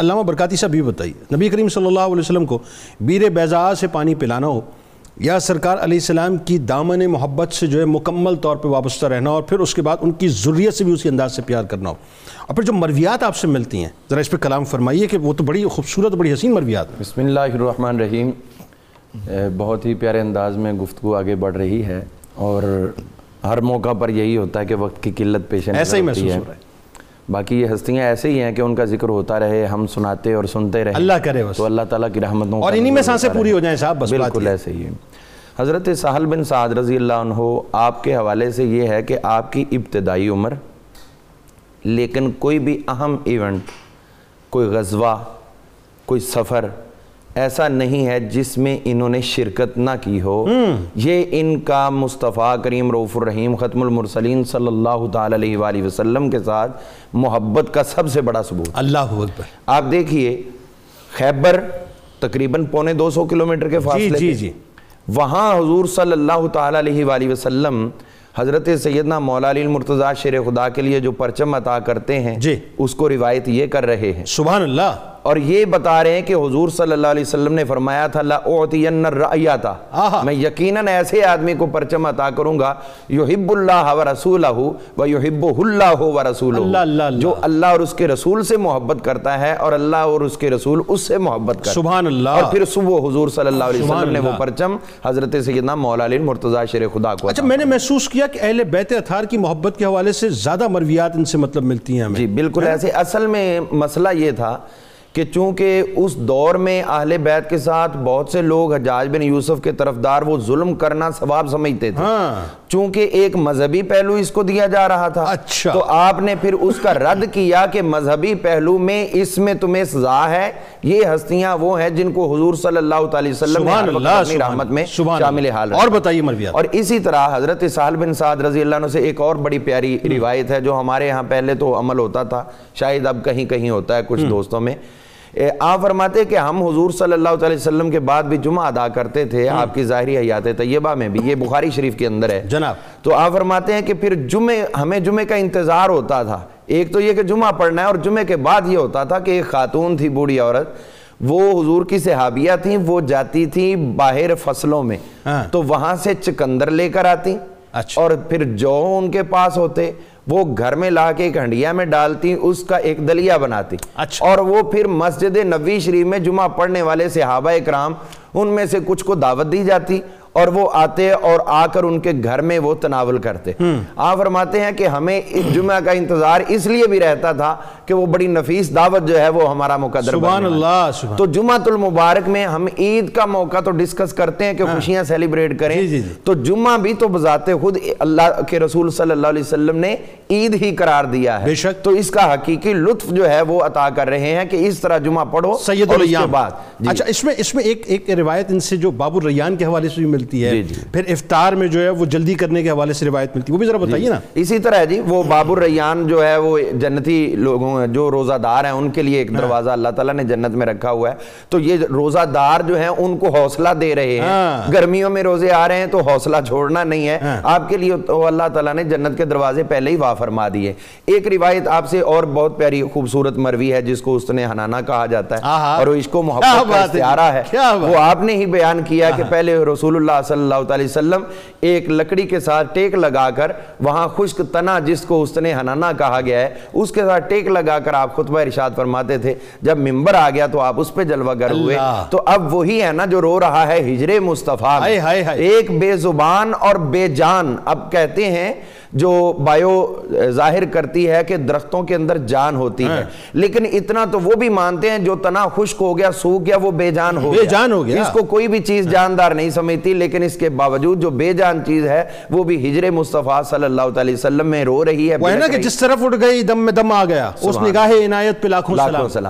علامہ برکاتی صاحب یہ بتائیے نبی کریم صلی اللہ علیہ وسلم کو بیر بیضاء سے پانی پلانا ہو یا سرکار علیہ السلام کی دامن محبت سے جو ہے مکمل طور پہ وابستہ رہنا اور پھر اس کے بعد ان کی ضروریت سے بھی اسی انداز سے پیار کرنا ہو اور پھر جو مرویات آپ سے ملتی ہیں ذرا اس پہ کلام فرمائیے کہ وہ تو بڑی خوبصورت بڑی حسین مرویات ہیں بسم اللہ الرحمن الرحیم بہت ہی پیارے انداز میں گفتگو آگے بڑھ رہی ہے اور ہر موقع پر یہی ہوتا ہے کہ وقت کی قلت پیش نظر ایسا ہی ہوتی محسوس ہے ہو رہا ہے باقی یہ ہستیاں ایسے ہی ہیں کہ ان کا ذکر ہوتا رہے ہم سناتے اور سنتے رہے اللہ کرے بس تو اللہ تعالیٰ کی رحمتوں اور کا انہی میں نظر سانسیں ہوتا پوری رہے۔ ہو جائیں صاحب بس بات بالکل یہ ہے۔ ایسے ہی ہے۔ حضرت سہل بن سعد رضی اللہ عنہ آپ کے حوالے سے یہ ہے کہ آپ کی ابتدائی عمر لیکن کوئی بھی اہم ایونٹ کوئی غزوہ کوئی سفر ایسا نہیں ہے جس میں انہوں نے شرکت نہ کی ہو یہ ان کا مصطفیٰ کریم رعف الرحیم ختم المرسلین صلی اللہ تعالی علیہ وآلہ وسلم کے ساتھ محبت کا سب سے بڑا ثبوت اللہ اکبر آپ دیکھیے خیبر تقریباً پونے دو سو کلومیٹر کے فاصلے جی پہ جی وہاں حضور صلی اللہ تعالیٰ علیہ وآلہ وسلم حضرت سیدنا مولا علی المرتضیٰ شیر خدا کے لیے جو پرچم عطا کرتے ہیں جی۔ اس کو روایت یہ کر رہے ہیں سبحان اللہ اور یہ بتا رہے ہیں کہ حضور صلی اللہ علیہ وسلم نے فرمایا تھا لا اعطین الرعیتا آہا۔ میں یقیناً ایسے آدمی کو پرچم عطا کروں گا یحب اللہ و رسولہ و یحبہ اللہ و اللہ، اللہ، رسولہ اللہ۔ جو اللہ اور اس کے رسول سے محبت کرتا ہے اور اللہ اور اس کے رسول اس سے محبت کرتا ہے سبحان اللہ اور پھر صبح حضور صلی اللہ علیہ سبحان وسلم نے وہ اللہ۔ پرچم حضرت سیدنا مولا علی مرتضیٰ شیر خدا کو اچھا عطا میں نے محسوس کیا کہ اہل بیت اطہار کی محبت کے حوالے سے زیادہ مرویات ان سے مطلب ملتی ہیں ہمیں جی بالکل ایسے اصل میں مسئلہ یہ تھا کہ چونکہ اس دور میں اہل بیت کے ساتھ بہت سے لوگ حجاج بن یوسف کے طرفدار وہ ظلم کرنا ثواب سمجھتے تھے ہاں چونکہ ایک مذہبی پہلو اس کو دیا جا رہا تھا اچھا۔ تو آپ نے پھر اس کا رد کیا کہ مذہبی پہلو میں اس میں تمہیں سزا ہے یہ ہستیاں وہ ہیں جن کو حضور صلی اللہ تعالی وسلم نے سبحان ہر وقت اللہ اپنی رحمت میں شامل حال اور رکھا۔ بتائیے مرویات اور اسی طرح حضرت سہل بن سعد رضی اللہ عنہ سے ایک اور بڑی پیاری روایت ہے جو ہمارے ہاں پہلے تو عمل ہوتا تھا شاید اب کہیں کہیں ہوتا ہے کچھ دوستوں میں اے، آپ فرماتے کہ ہم حضور صلی اللہ تعالی وسلم کے بعد بھی جمعہ ادا کرتے تھے آپ کی ظاہری حیات طیبہ میں بھی یہ بخاری شریف کے اندر ہے جناب تو آپ فرماتے ہیں کہ پھر جمعے ہمیں جمعے کا انتظار ہوتا تھا ایک تو یہ کہ جمعہ پڑھنا ہے اور جمعے کے بعد یہ ہوتا تھا کہ ایک خاتون تھی بوڑھی عورت وہ حضور کی صحابیہ تھیں وہ جاتی تھیں باہر فصلوں میں ہاں۔ تو وہاں سے چکندر لے کر آتی اچھا۔ اور پھر جو ان کے پاس ہوتے وہ گھر میں لا کے ایک ہنڈیا میں ڈالتی اس کا ایک دلیا بناتی اچھا۔ اور وہ پھر مسجد نبوی شریف میں جمعہ پڑھنے والے صحابہ اکرام ان میں سے کچھ کو دعوت دی جاتی اور وہ آتے اور آ کر ان کے گھر میں وہ تناول کرتے آپ فرماتے ہیں کہ ہمیں اس جمعہ کا انتظار اس لیے بھی رہتا تھا کہ وہ بڑی نفیس دعوت جو ہے وہ ہمارا مقدر بننے سبحان والی ہے۔ اللہ سبحان تو جمعۃ المبارک میں ہم عید کا موقع تو ڈسکس کرتے ہیں کہ خوشیاں سیلیبریٹ کریں ہاں۔ جی، جی، جی۔ تو جمعہ بھی تو بذات خود اللہ کے رسول صلی اللہ علیہ وسلم نے عید ہی قرار دیا ہے بے شک۔ تو اس کا حقیقی لطف جو ہے وہ عطا کر رہے ہیں کہ اس طرح جمعہ پڑھو سید اور اس کے الیام بعد جی اچھا اس میں اس میں ایک ایک روایت ان سے جو باب الریان کے حوالے سے بھی ملتی ہے جی، جی۔ پھر افطار میں جو ہے وہ جلدی کرنے کے حوالے سے روایت ملتی ہے وہ بھی ذرا بتائیے نا اسی طرح ہے جی وہ باب الریان جو ہے وہ جنتی لوگوں ہیں جو روزہ دار ہیں ان کے لیے ہاں۔ ایک دروازہ اللہ تعالیٰ نے جنت میں رکھا ہوا ہے تو یہ روزہ دار جو ہیں ان کو حوصلہ دے رہے ہاں۔ ہیں گرمیوں میں روزے آ رہے ہیں تو حوصلہ چھوڑنا نہیں ہے ہاں۔ آپ کے لیے تو اللہ تعالیٰ نے جنت کے دروازے پہلے ہی وا فرما دیے ایک روایت آپ سے اور بہت پیاری خوبصورت مروی ہے جس کو اس نے حنانہ کہا جاتا ہے آہا۔ اور وہ عشق و کیا محبت کا بات ہے جی، استعارہ ہے کیا بات وہ آپ نے ہی بیان کیا کہ پہلے رسول اللہ صلی اللہ تعالی وسلم ایک لکڑی کے ساتھ ٹیک لگا کر وہاں خشک تنا جس کو اس نے ہنانا کہا گیا ہے اس کے ساتھ ٹیک لگا کر آپ خطبہ ارشاد فرماتے تھے جب ممبر آ گیا تو آپ اس پہ جلوہ گر ہوئے اللہ! تو اب وہی ہے نا جو رو رہا ہے ہجر مصطفیٰ ہائے، ہائے، ہائے! ایک بے زبان اور بے جان اب کہتے ہیں جو بایو ظاہر کرتی ہے کہ درختوں کے اندر جان ہوتی ہے ہاں۔ لیکن اتنا تو وہ بھی مانتے ہیں جو تنا خشک ہو گیا سوکھ گیا وہ بے جان ہو بے جان ہو گیا۔ ہاں۔ اس کو کوئی بھی چیز جاندار نہیں سمجھتی لیکن اس کے باوجود جو بے جان چیز ہے وہ بھی ہجر مصطفیٰ صلی اللہ تعالی وسلم میں رو رہی ہے وہ ہے نا بھڑک کہ رہی جس طرف اٹھ گئی دم میں دم آ گیا اس سبحان نگاہ عنایت پہ لاکھوں لاکھوں سلام